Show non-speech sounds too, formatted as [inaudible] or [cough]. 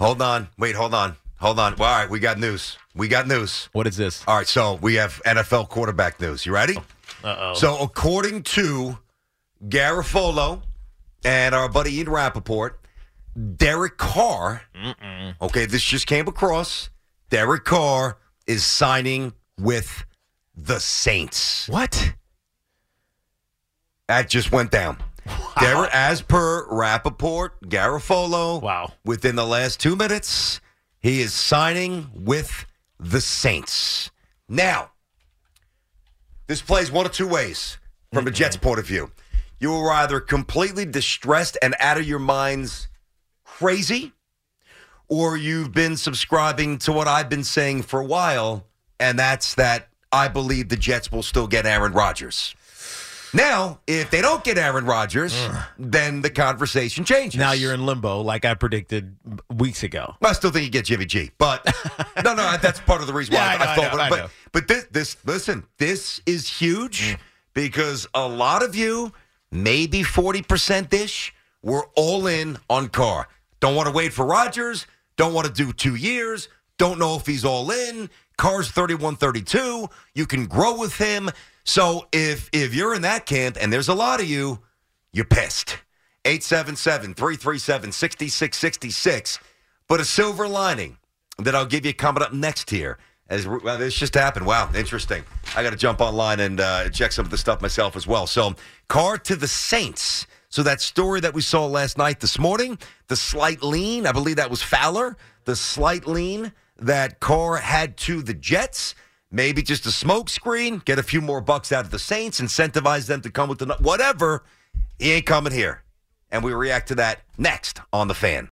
Hold on. Wait, hold on. Hold on. Well, all right, we got news. We got news. What is this? All right, so we have NFL quarterback news. You ready? Uh oh. So, according to Garofolo and our buddy Ian Rappaport, Derek Carr, okay, this just came across. Derek Carr is signing with the Saints. What? That just went down. Derek, as per Rappaport, Garofolo, Wow. within the last two minutes, he is signing with the Saints. Now, this plays one of two ways from a Jets point of view. You are either completely distressed and out of your minds crazy, or you've been subscribing to what I've been saying for a while, and that's that I believe the Jets will still get Aaron Rodgers. Now, if they don't get Aaron Rodgers, then the conversation changes. Now you're in limbo, like I predicted weeks ago. I still think you get Jimmy G, [laughs] but no, no, that's part of the reason why Yeah, I know, I thought. know, I but know. Mm. but this, this, listen, this is huge because a lot of you, maybe forty percent ish, were all in on Carr. Don't want to wait for Rodgers. Don't want to do two years. Don't know if he's all in. Carr's 31, 32. You can grow with him. So if if you're in that camp, and there's a lot of you, you're pissed. 877-337-6666. But a silver lining that I'll give you coming up next here. As well, this just happened. Wow, interesting. I got to jump online and uh, check some of the stuff myself as well. So, car to the Saints. So that story that we saw last night, this morning, the slight lean. I believe that was Fowler. The slight lean that Carr had to the Jets. Maybe just a smokescreen. Get a few more bucks out of the Saints. Incentivize them to come with the whatever. He ain't coming here. And we react to that next on the fan.